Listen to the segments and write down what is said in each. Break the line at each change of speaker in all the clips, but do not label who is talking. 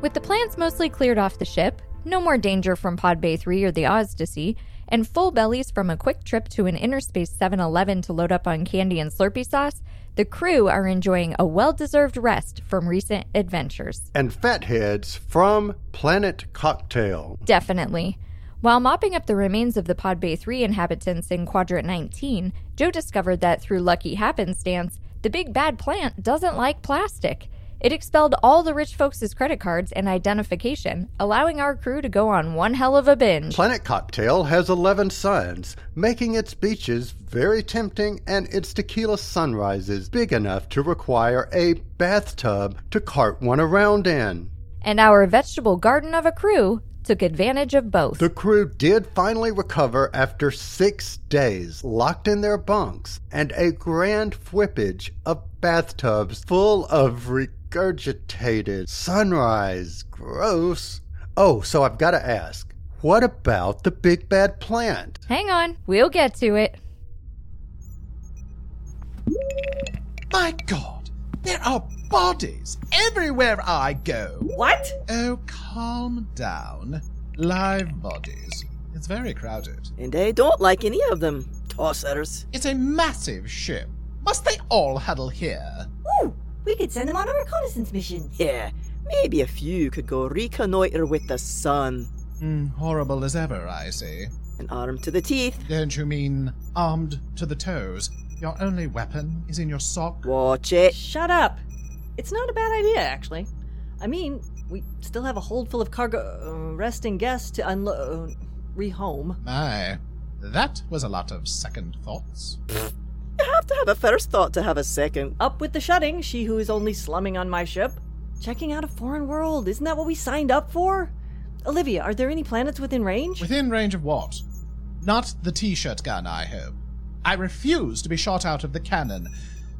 With the plants mostly cleared off the ship, no more danger from Pod Bay 3 or the Ozdyssey, and full bellies from a quick trip to an interspace 7 Eleven to load up on candy and Slurpee sauce, the crew are enjoying a well deserved rest from recent adventures.
and Fatheads from Planet Cocktail.
Definitely. While mopping up the remains of the Pod Bay 3 inhabitants in Quadrant 19, Joe discovered that through lucky happenstance, the big bad plant doesn't like plastic. It expelled all the rich folks' credit cards and identification, allowing our crew to go on one hell of a binge.
Planet Cocktail has 11 suns, making its beaches very tempting and its tequila sunrises big enough to require a bathtub to cart one around in.
and our vegetable garden of a crew took advantage of both.
The crew did finally recover after six days locked in their bunks and a grand whippage of bathtubs full of regurgitated sunrise. Gross. Oh, so I've got to ask what about the big bad plant?
Hang on, we'll get to it.
My God, there are bodies everywhere I go.
What?
Oh, calm down. Live bodies. It's very crowded.
And I don't like any of them. Tossers.
It's a massive ship. Must they all huddle here?
Ooh, we could send them on a reconnaissance mission.
Yeah, maybe a few could go reconnoiter with the sun.
Hmm, horrible as ever, I see.
An arm to the teeth.
Don't you mean armed to the toes? Your only weapon is in your sock?
Watch it.
Shut up. It's not a bad idea, actually. I mean, we still have a hold full of cargo uh, resting guests to unload, uh, rehome.
My, that was a lot of second thoughts.
You have to have a first thought to have a second.
Up with the shutting, she who is only slumming on my ship. Checking out a foreign world, isn't that what we signed up for? Olivia, are there any planets within range?
Within range of what? Not the t shirt gun, I hope. I refuse to be shot out of the cannon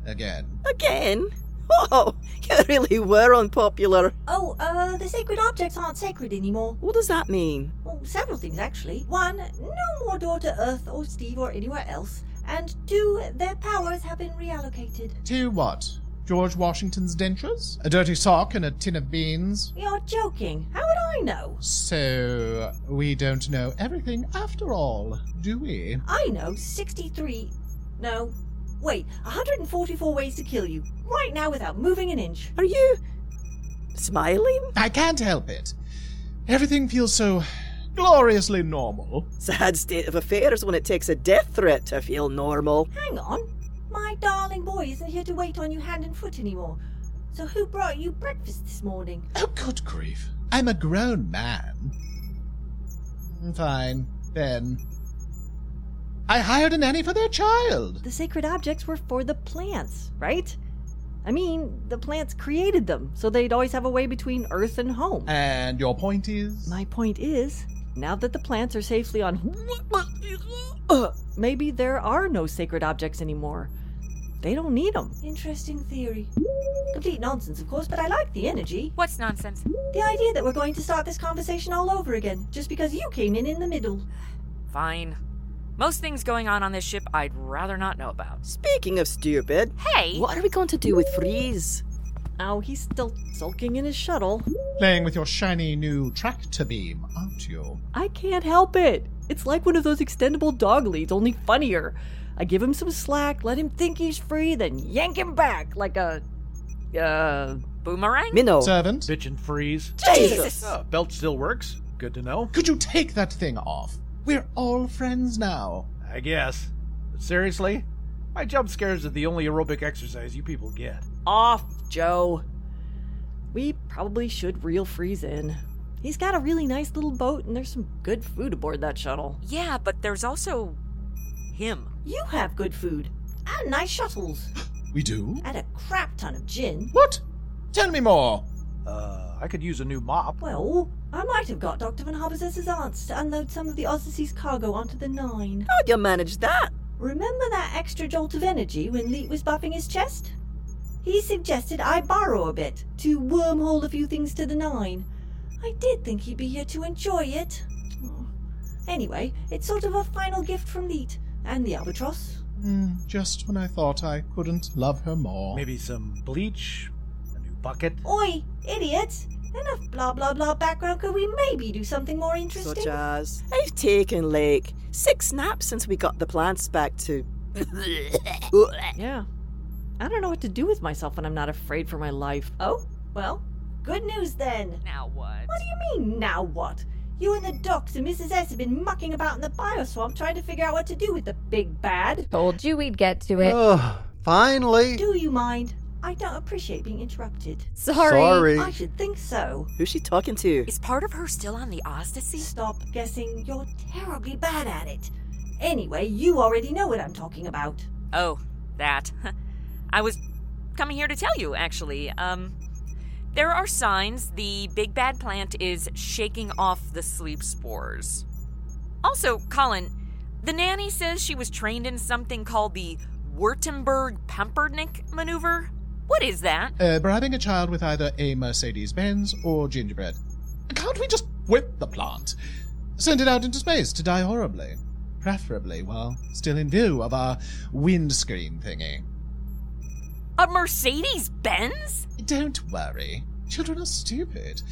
again.
Again? Whoa, you really were unpopular.
Oh, uh, the sacred objects aren't sacred anymore.
What does that mean?
Well, several things actually. One, no more door to Earth or Steve or anywhere else. And two, their powers have been reallocated.
To what? George Washington's dentures? A dirty sock and a tin of beans?
You're joking. How would I know?
So, we don't know everything after all, do we?
I know 63. No. Wait, 144 ways to kill you. Right now without moving an inch.
Are you smiling?
I can't help it. Everything feels so gloriously normal.
Sad state of affairs when it takes a death threat to feel normal.
Hang on. My darling boy isn't here to wait on you hand and foot anymore. So who brought you breakfast this morning?
Oh, good grief. I'm a grown man. Fine, then. I hired a nanny for their child.
The sacred objects were for the plants, right? I mean, the plants created them, so they'd always have a way between Earth and home.
And your point is?
My point is, now that the plants are safely on. Maybe there are no sacred objects anymore.
They don't need them.
Interesting theory. Complete nonsense, of course, but I like the energy.
What's nonsense?
The idea that we're going to start this conversation all over again just because you came in in the middle.
Fine. Most things going on on this ship I'd rather not know about.
Speaking of stupid,
Hey!
what are we going to do with Freeze?
Oh, he's still sulking in his shuttle.
Playing with your shiny new tractor beam, aren't you?
I can't help it. It's like one of those extendable dog leads, only funnier. I give him some slack, let him think he's free, then yank him back like a. Uh.
Boomerang?
Minnow.
Servant,
Bitch and freeze.
Jesus!
Ah, belt still works. Good to know.
could you take that thing off? We're all friends now.
I guess. But seriously, my jump scares are the only aerobic exercise you people get.
Off, Joe. We probably should reel Freeze in. He's got a really nice little boat, and there's some good food aboard that shuttle.
Yeah, but there's also him.
You have good food and nice shuttles
We do?
and a crap ton of gin.
What? Tell me more.
Uh, I could use a new mop.
Well, I might have got Dr. Van Harbiz's aunts to unload some of the Odyssey's cargo onto the Nine.
How'd you manage that?
Remember that extra jolt of energy when Leet was buffing his chest? He suggested I borrow a bit to wormhole a few things to the Nine. I did think he'd be here to enjoy it. Oh. Anyway, it's sort of a final gift from Leet and the Albatross.
Hmm, just when I thought I couldn't love her more.
Maybe some bleach, a new bucket.
Oi, idiot! Enough blah blah blah background. Could we maybe do something more interesting?
Such as. I've taken, like, six naps since we got the plants back to.
Yeah. I don't know what to do with myself when I'm not afraid for my life.
Oh, well, good news then.
Now what?
What do you mean, now what? You and the docs and Mrs. S have been mucking about in the bioswamp trying to figure out what to do with the big bad.
Told you we'd get to it.
Ugh, finally.
Do you mind? I don't appreciate being interrupted.
Sorry.
I should think so.
Who's she talking to?
Is part of her still on the Ostasy?
Stop guessing. You're terribly bad at it. Anyway, you already know what I'm talking about.
Oh, that. I was coming here to tell you, actually. Um, there are signs the big bad plant is shaking off the sleep spores. Also, Colin, the nanny says she was trained in something called the Württemberg Pempernick maneuver. What is that?
Uh, bribing a child with either a Mercedes Benz or gingerbread. Can't we just whip the plant? Send it out into space to die horribly. Preferably while still in view of our windscreen thingy.
A Mercedes Benz?
Don't worry. Children are stupid.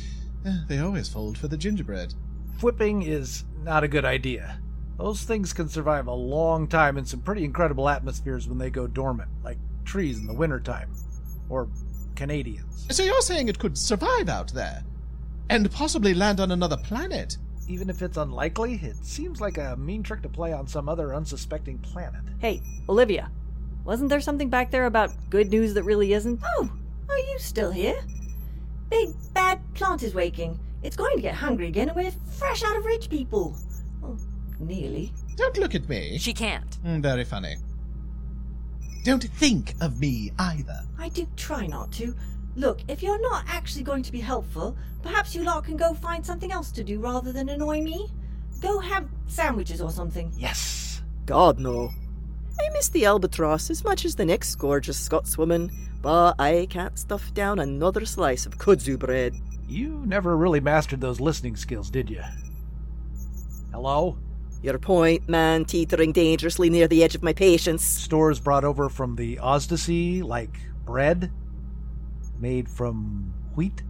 Uh, they always fold for the gingerbread.
Whipping is not a good idea. Those things can survive a long time in some pretty incredible atmospheres when they go dormant, like trees in the wintertime. Or Canadians.
So you're saying it could survive out there? And possibly land on another planet?
Even if it's unlikely, it seems like a mean trick to play on some other unsuspecting planet.
Hey, Olivia, wasn't there something back there about good news that really isn't?
Oh, are you still here? Big bad plant is waking. It's going to get hungry again, and we're fresh out of rich people. Well, nearly.
Don't look at me.
She can't.
Mm, very funny. Don't think of me either.
I do try not to. Look, if you're not actually going to be helpful, perhaps you lot can go find something else to do rather than annoy me. Go have sandwiches or something.
Yes!
God, no. I miss the albatross as much as the next gorgeous Scotswoman, but I can't stuff down another slice of kudzu bread.
You never really mastered those listening skills, did you? Hello?
Your point, man, teetering dangerously near the edge of my patience.
Stores brought over from the Ostasy, like bread? Made from wheat?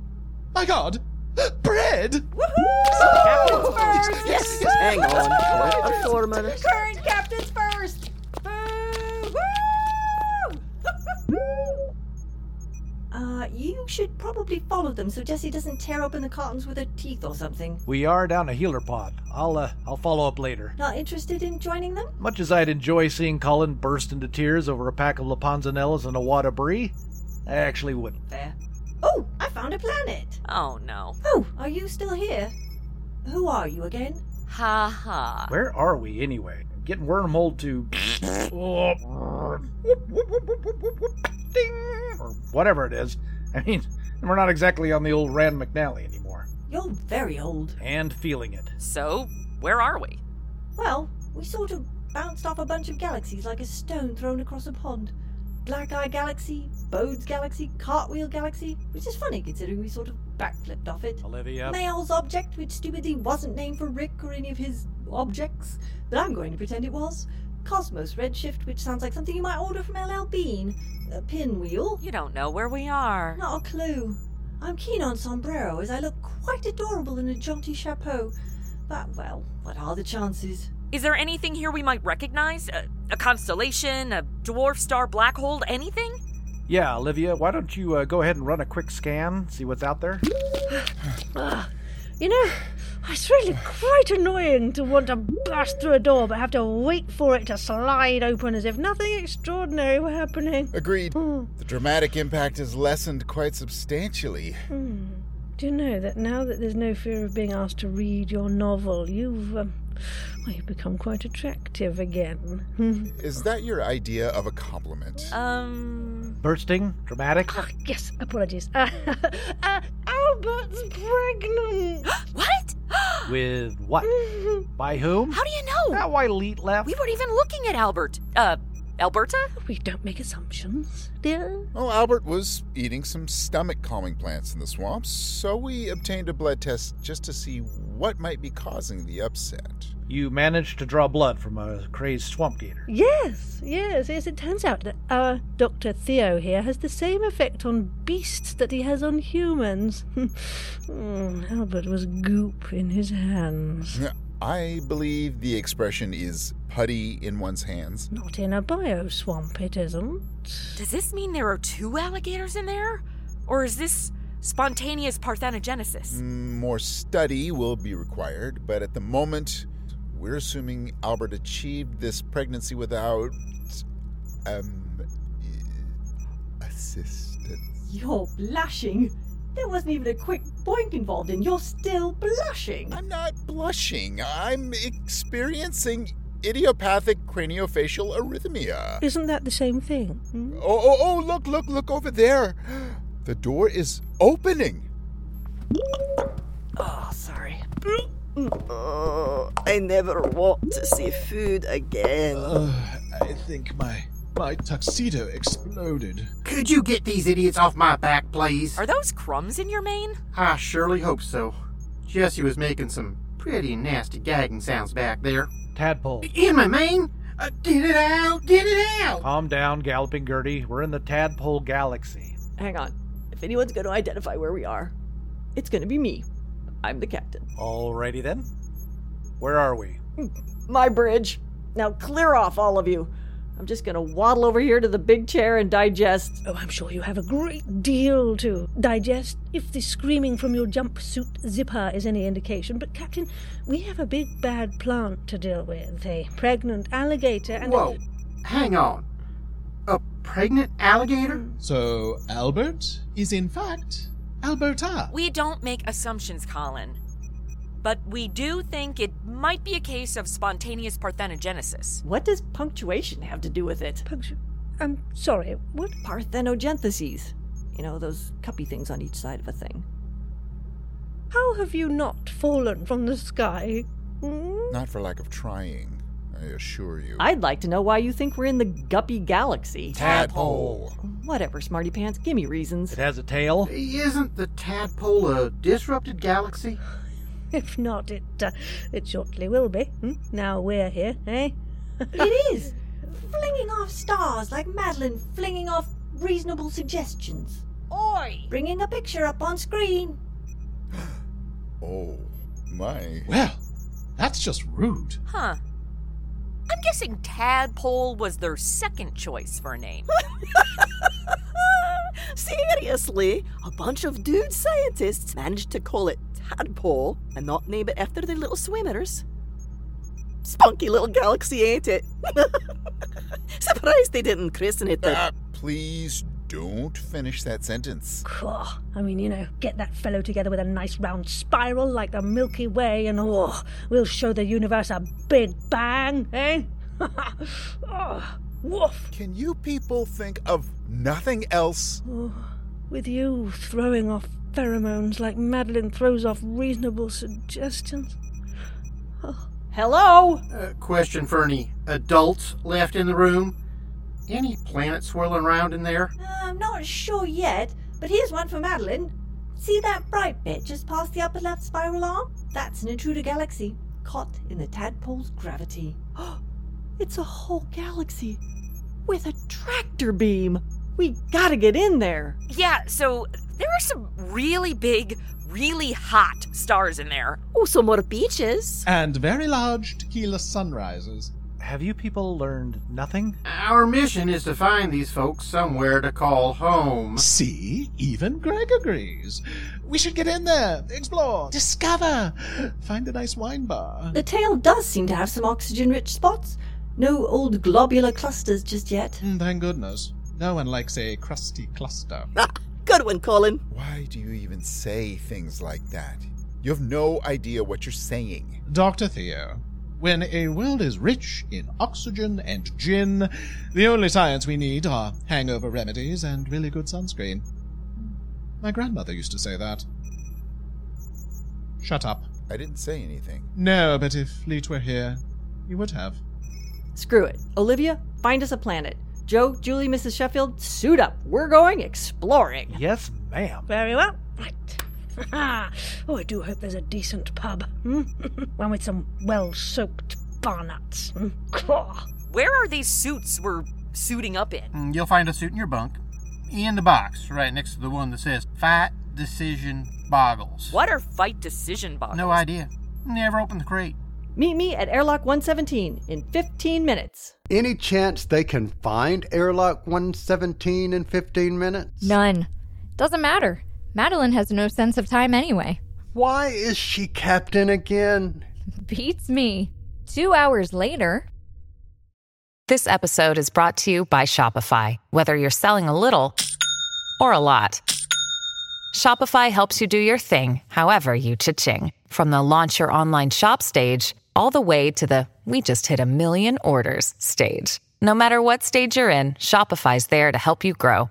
My god! Bread!
Captain's first!
Yes, hang on. Our foreman.
Current captain's first! Boo! Woo! uh, you should probably follow them so Jessie doesn't tear open the cartons with her teeth or something.
We are down a healer pod. I'll uh, I'll follow up later.
Not interested in joining them?
Much as I'd enjoy seeing Colin burst into tears over a pack of Laponzanellas and a wad of brie, I actually wouldn't.
Fair. Oh, I found a planet!
Oh no.
Oh, are you still here? Who are you again?
Ha ha.
Where are we anyway? Getting wormhole to. Oh. Whoop, whoop, whoop, whoop, whoop, whoop, whoop. Ding! Or whatever it is. I mean, we're not exactly on the old Rand McNally anymore.
You're very old.
And feeling it.
So, where are we?
Well, we sort of bounced off a bunch of galaxies like a stone thrown across a pond. Black Eye Galaxy, Bode's Galaxy, Cartwheel Galaxy, which is funny considering we sort of backflipped off it.
Olivia.
Mail's object, which stupidly wasn't named for Rick or any of his objects, but I'm going to pretend it was. Cosmos Redshift, which sounds like something you might order from LL Bean. A pinwheel.
You don't know where we are.
Not a clue. I'm keen on sombrero as I look quite adorable in a jaunty chapeau. But, well, what are the chances?
Is there anything here we might recognize? A, a constellation, a dwarf star, black hole, anything?
Yeah, Olivia, why don't you uh, go ahead and run a quick scan, see what's out there?
Ah, you know, it's really quite annoying to want to blast through a door but have to wait for it to slide open as if nothing extraordinary were happening.
Agreed. The dramatic impact is lessened quite substantially.
Hmm. Do you know that now that there's no fear of being asked to read your novel, you've um, well, you've become quite attractive again. Hmm.
Is that your idea of a compliment?
Um.
Bursting? Dramatic?
yes, apologies. Uh, uh, Albert's pregnant.
what?
With what? By whom?
How do you know?
That why Leet left?
We weren't even looking at Albert. Uh, Alberta?
We don't make assumptions, dear.
Well, Albert was eating some stomach calming plants in the swamps, so we obtained a blood test just to see what might be causing the upset.
You managed to draw blood from a crazed swamp gator.
Yes, yes, yes. It turns out that our Dr. Theo here has the same effect on beasts that he has on humans. Mm, Albert was goop in his hands.
I believe the expression is putty in one's hands.
Not in a bio swamp, it isn't.
Does this mean there are two alligators in there? Or is this spontaneous parthenogenesis?
More study will be required, but at the moment, we're assuming Albert achieved this pregnancy without. um. assistance.
You're blushing. There wasn't even a quick boink involved, and you're still blushing.
I'm not blushing. I'm experiencing idiopathic craniofacial arrhythmia.
Isn't that the same thing? Hmm?
Oh, oh, oh, look, look, look over there. The door is opening.
Ah,
Oh, sorry. Oh, I never want to see food again.
Ugh, Uh, I think my my tuxedo exploded.
Could you get these idiots off my back, please?
Are those crumbs in your mane?
I surely hope so. Jesse was making some pretty nasty gagging sounds back there.
Tadpole.
In my mane? Uh, get it out! Get it out!
Calm down, Galloping Gertie. We're in the tadpole galaxy.
Hang on. If anyone's going to identify where we are, it's going to be me. I'm the captain.
Alrighty then. Where are we?
My bridge. Now clear off, all of you. I'm just going to waddle over here to the big chair and digest.
Oh, I'm sure you have a great deal to digest if the screaming from your jumpsuit zipper is any indication. But, Captain, we have a big bad plant to deal with a pregnant alligator and.
Whoa, hang on. A pregnant alligator?
So, Albert is in fact Alberta.
We don't make assumptions, Colin. But we do think it might be a case of spontaneous parthenogenesis.
What does punctuation have to do with it?
Punctu- I'm sorry, what?
Parthenogentheses. You know, those cuppy things on each side of a thing.
How have you not fallen from the sky? Hmm?
Not for lack of trying, I assure you.
I'd like to know why you think we're in the guppy galaxy.
Tadpole.
Whatever, smarty pants, give me reasons.
It has a tail.
Isn't the tadpole a disrupted galaxy?
If not, it uh, it shortly will be. Hmm? Now we're here, eh?
It is! Flinging off stars like Madeline flinging off reasonable suggestions.
Oi!
Bringing a picture up on screen.
Oh, my.
Well, that's just rude.
Huh. I'm guessing Tadpole was their second choice for a name.
Seriously, a bunch of dude scientists managed to call it tadpole and not name it after their little swimmers. Spunky little galaxy, ain't it? Surprised they didn't christen it. the-
Ah, please don't finish that sentence.
Caw. I mean, you know, get that fellow together with a nice round spiral like the Milky Way, and oh, we'll show the universe a big bang, eh? oh, woof!
Can you people think of nothing else?
Oh, with you throwing off pheromones like Madeline throws off reasonable suggestions.
Hello?
Uh, question for any adults left in the room. any planet swirling around in there?
Uh, I'm not sure yet, but here's one for Madeline. See that bright bit just past the upper left spiral arm? That's an intruder galaxy, caught in the tadpole's gravity.
It's a whole galaxy with a tractor beam. We gotta get in there.
Yeah, so there are some really big, really hot stars in there.
Also more beaches.
And very large tequila sunrises. Have you people learned nothing?
Our mission is to find these folks somewhere to call home.
See, even Greg agrees. We should get in there, explore, discover, find a nice wine bar.
The tail does seem to have some oxygen rich spots. No old globular clusters just yet.
Mm, Thank goodness. No one likes a crusty cluster.
Good one, Colin.
Why do you even say things like that? You have no idea what you're saying.
Dr. Theo, when a world is rich in oxygen and gin, the only science we need are hangover remedies and really good sunscreen. My grandmother used to say that. Shut up.
I didn't say anything.
No, but if Leet were here, you would have.
Screw it. Olivia, find us a planet. Joe, Julie, Mrs. Sheffield, suit up. We're going exploring.
Yes, ma'am.
Very well. Right. oh, I do hope there's a decent pub. Hmm? One with some well soaked barnuts. Hmm? Caw.
Where are these suits we're suiting up in?
Mm, You'll find a suit in your bunk, in the box, right next to the one that says Fight Decision Boggles.
What are fight decision boxes?
No idea. Never opened the crate.
Meet me at Airlock 117 in 15 minutes.
Any chance they can find airlock 117 in 15 minutes?
None. Doesn't matter. Madeline has no sense of time anyway.
Why is she captain again?
Beats me. Two hours later,
This episode is brought to you by Shopify. Whether you're selling a little or a lot, Shopify helps you do your thing, however you cha-ching. From the launch your online shop stage, all the way to the we just hit a million orders stage. No matter what stage you're in, Shopify's there to help you grow.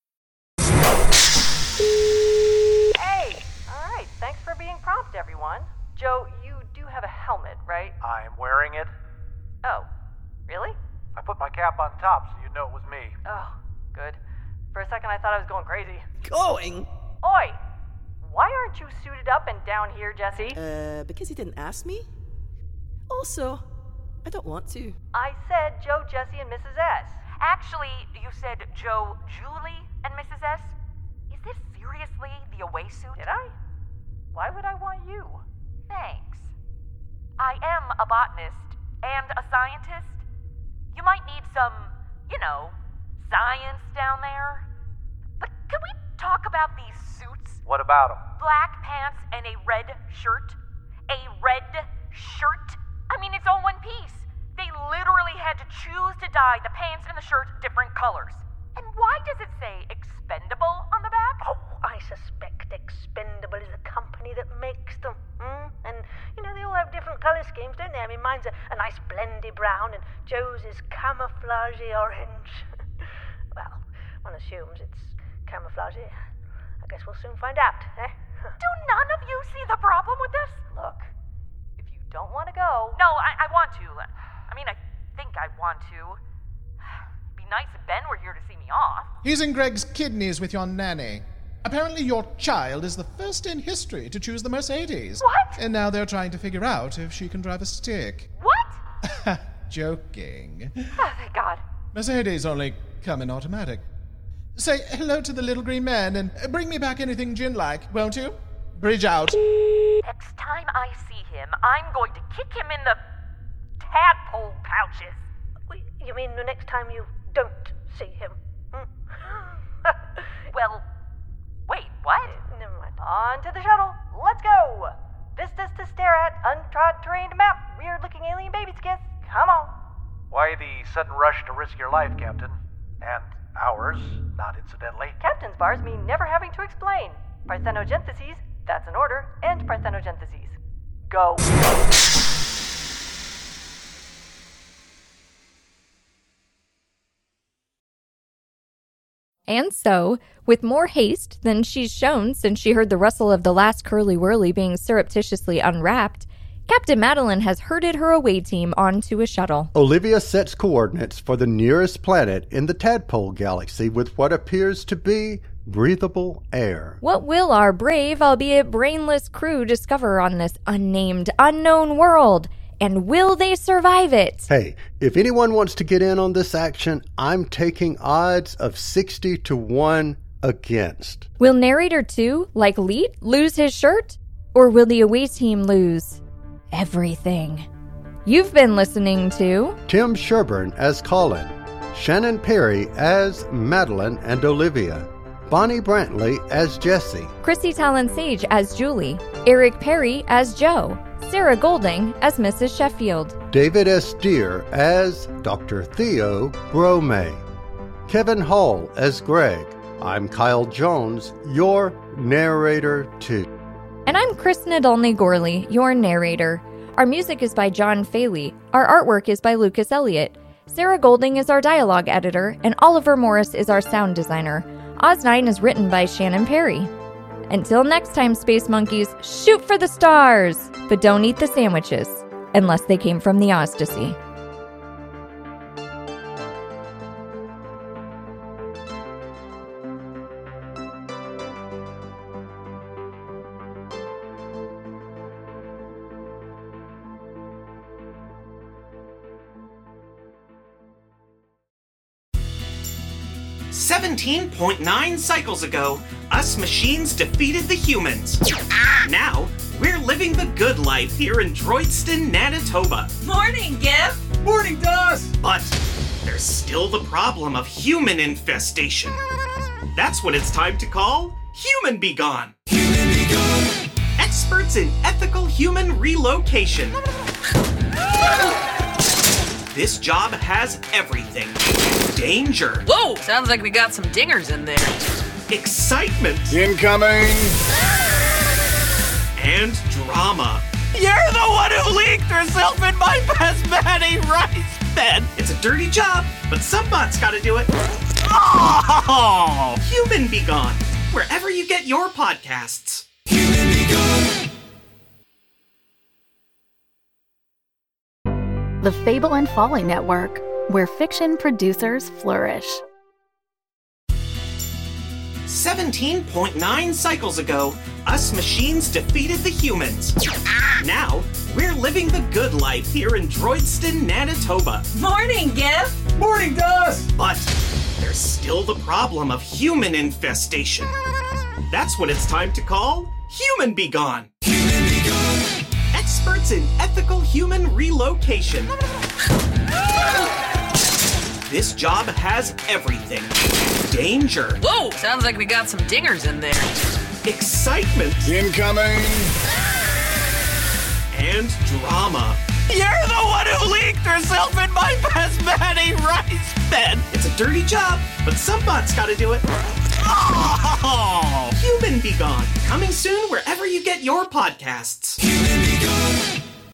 Hey! Alright, thanks for being prompt, everyone. Joe, you do have a helmet, right?
I'm wearing it.
Oh, really?
I put my cap on top so you'd know it was me.
Oh, good. For a second, I thought I was going crazy.
Going?
Oi! Why aren't you suited up and down here, Jesse?
Uh, because he didn't ask me? Also, I don't want to.
I said Joe, Jesse, and Mrs. S.
Actually, you said Joe, Julie, and Mrs. S. Is this seriously the away suit?
Did I? Why would I want you?
Thanks. I am a botanist and a scientist. You might need some, you know, science down there. But can we talk about these suits?
What about them?
Black pants and a red shirt? A red shirt? I mean, it's all one piece. They literally had to choose to dye the pants and the shirt different colors. And why does it say expendable on the back?
Oh, I suspect Expendable is the company that makes them. Hmm? And, you know, they all have different colour schemes, don't they? I mean, mine's a, a nice blendy brown, and Joe's is camouflagey orange. well, one assumes it's camouflagey. I guess we'll soon find out, eh?
Do none of you see the problem with this?
Look, if you don't want to go.
No, I, I want to. I mean, I think I want to. Be nice if Ben were here to see me off.
He's in Greg's kidneys with your nanny. Apparently, your child is the first in history to choose the Mercedes.
What?
And now they're trying to figure out if she can drive a stick.
What?
Joking.
Oh, thank God.
Mercedes only come in automatic. Say hello to the little green man and bring me back anything gin like, won't you? Bridge out.
Next time I see him, I'm going to kick him in the tadpole pouches.
Wait, You mean the next time you don't see him? Hmm?
Well, wait, what?
Never mind.
Onto the shuttle. Let's go. Vistas to stare at, untrod terrain to map, weird looking alien babies to kiss. Come on.
Why the sudden rush to risk your life, Captain? And ours, not incidentally.
Captain's bars mean never having to explain. Parthenogentheses, that's an order, and parthenogentheses. Go.
And so, with more haste than she's shown since she heard the rustle of the last curly whirly being surreptitiously unwrapped, Captain Madeline has herded her away team onto a shuttle.
Olivia sets coordinates for the nearest planet in the tadpole galaxy with what appears to be breathable air.
What will our brave, albeit brainless crew discover on this unnamed, unknown world? And will they survive it?
Hey, if anyone wants to get in on this action, I'm taking odds of 60 to 1 against.
Will narrator 2, like Leet, lose his shirt? Or will the away team lose everything? You've been listening to
Tim Sherburn as Colin, Shannon Perry as Madeline and Olivia, Bonnie Brantley as Jesse,
Chrissy Talon Sage as Julie, Eric Perry as Joe, Sarah Golding as Mrs. Sheffield,
David S. Deer as Dr. Theo Brome, Kevin Hall as Greg. I'm Kyle Jones, your narrator too.
And I'm Chris Nadolny Gorley, your narrator. Our music is by John Faley. Our artwork is by Lucas Elliott. Sarah Golding is our dialogue editor, and Oliver Morris is our sound designer. Oz9 is written by Shannon Perry. Until next time, Space Monkeys, shoot for the stars, but don't eat the sandwiches, unless they came from the Ostacy.
Seventeen point nine cycles ago, us machines defeated the humans. Now we're living the good life here in Droidston, Manitoba.
Morning, Gif!
Morning, Doss! But there's still the problem of human infestation. That's what it's time to call Human Be Gone. Experts in ethical human relocation. This job has everything danger,
Whoa! Sounds like we got some dingers in there.
excitement, incoming, and drama. You're the one who leaked herself in my basmati rice bed. It's a dirty job, but somebody's got to do it. Oh, human be gone. Wherever you get your podcasts.
The Fable and Folly Network, where fiction producers flourish.
17.9 cycles ago, us machines defeated the humans. Now, we're living the good life here in Droidston, Manitoba.
Morning, Gif! Morning, Doss!
But there's still the problem of human infestation. That's what it's time to call Human Be Gone. Experts in ethical human relocation. This job has everything danger,
Whoa! Sounds like we got some dingers in there.
excitement, incoming, and drama. You're the one who leaked herself in my basmati rice bed. It's a dirty job, but somebody's got to do it. Oh, human be gone. Coming soon wherever you get your podcasts.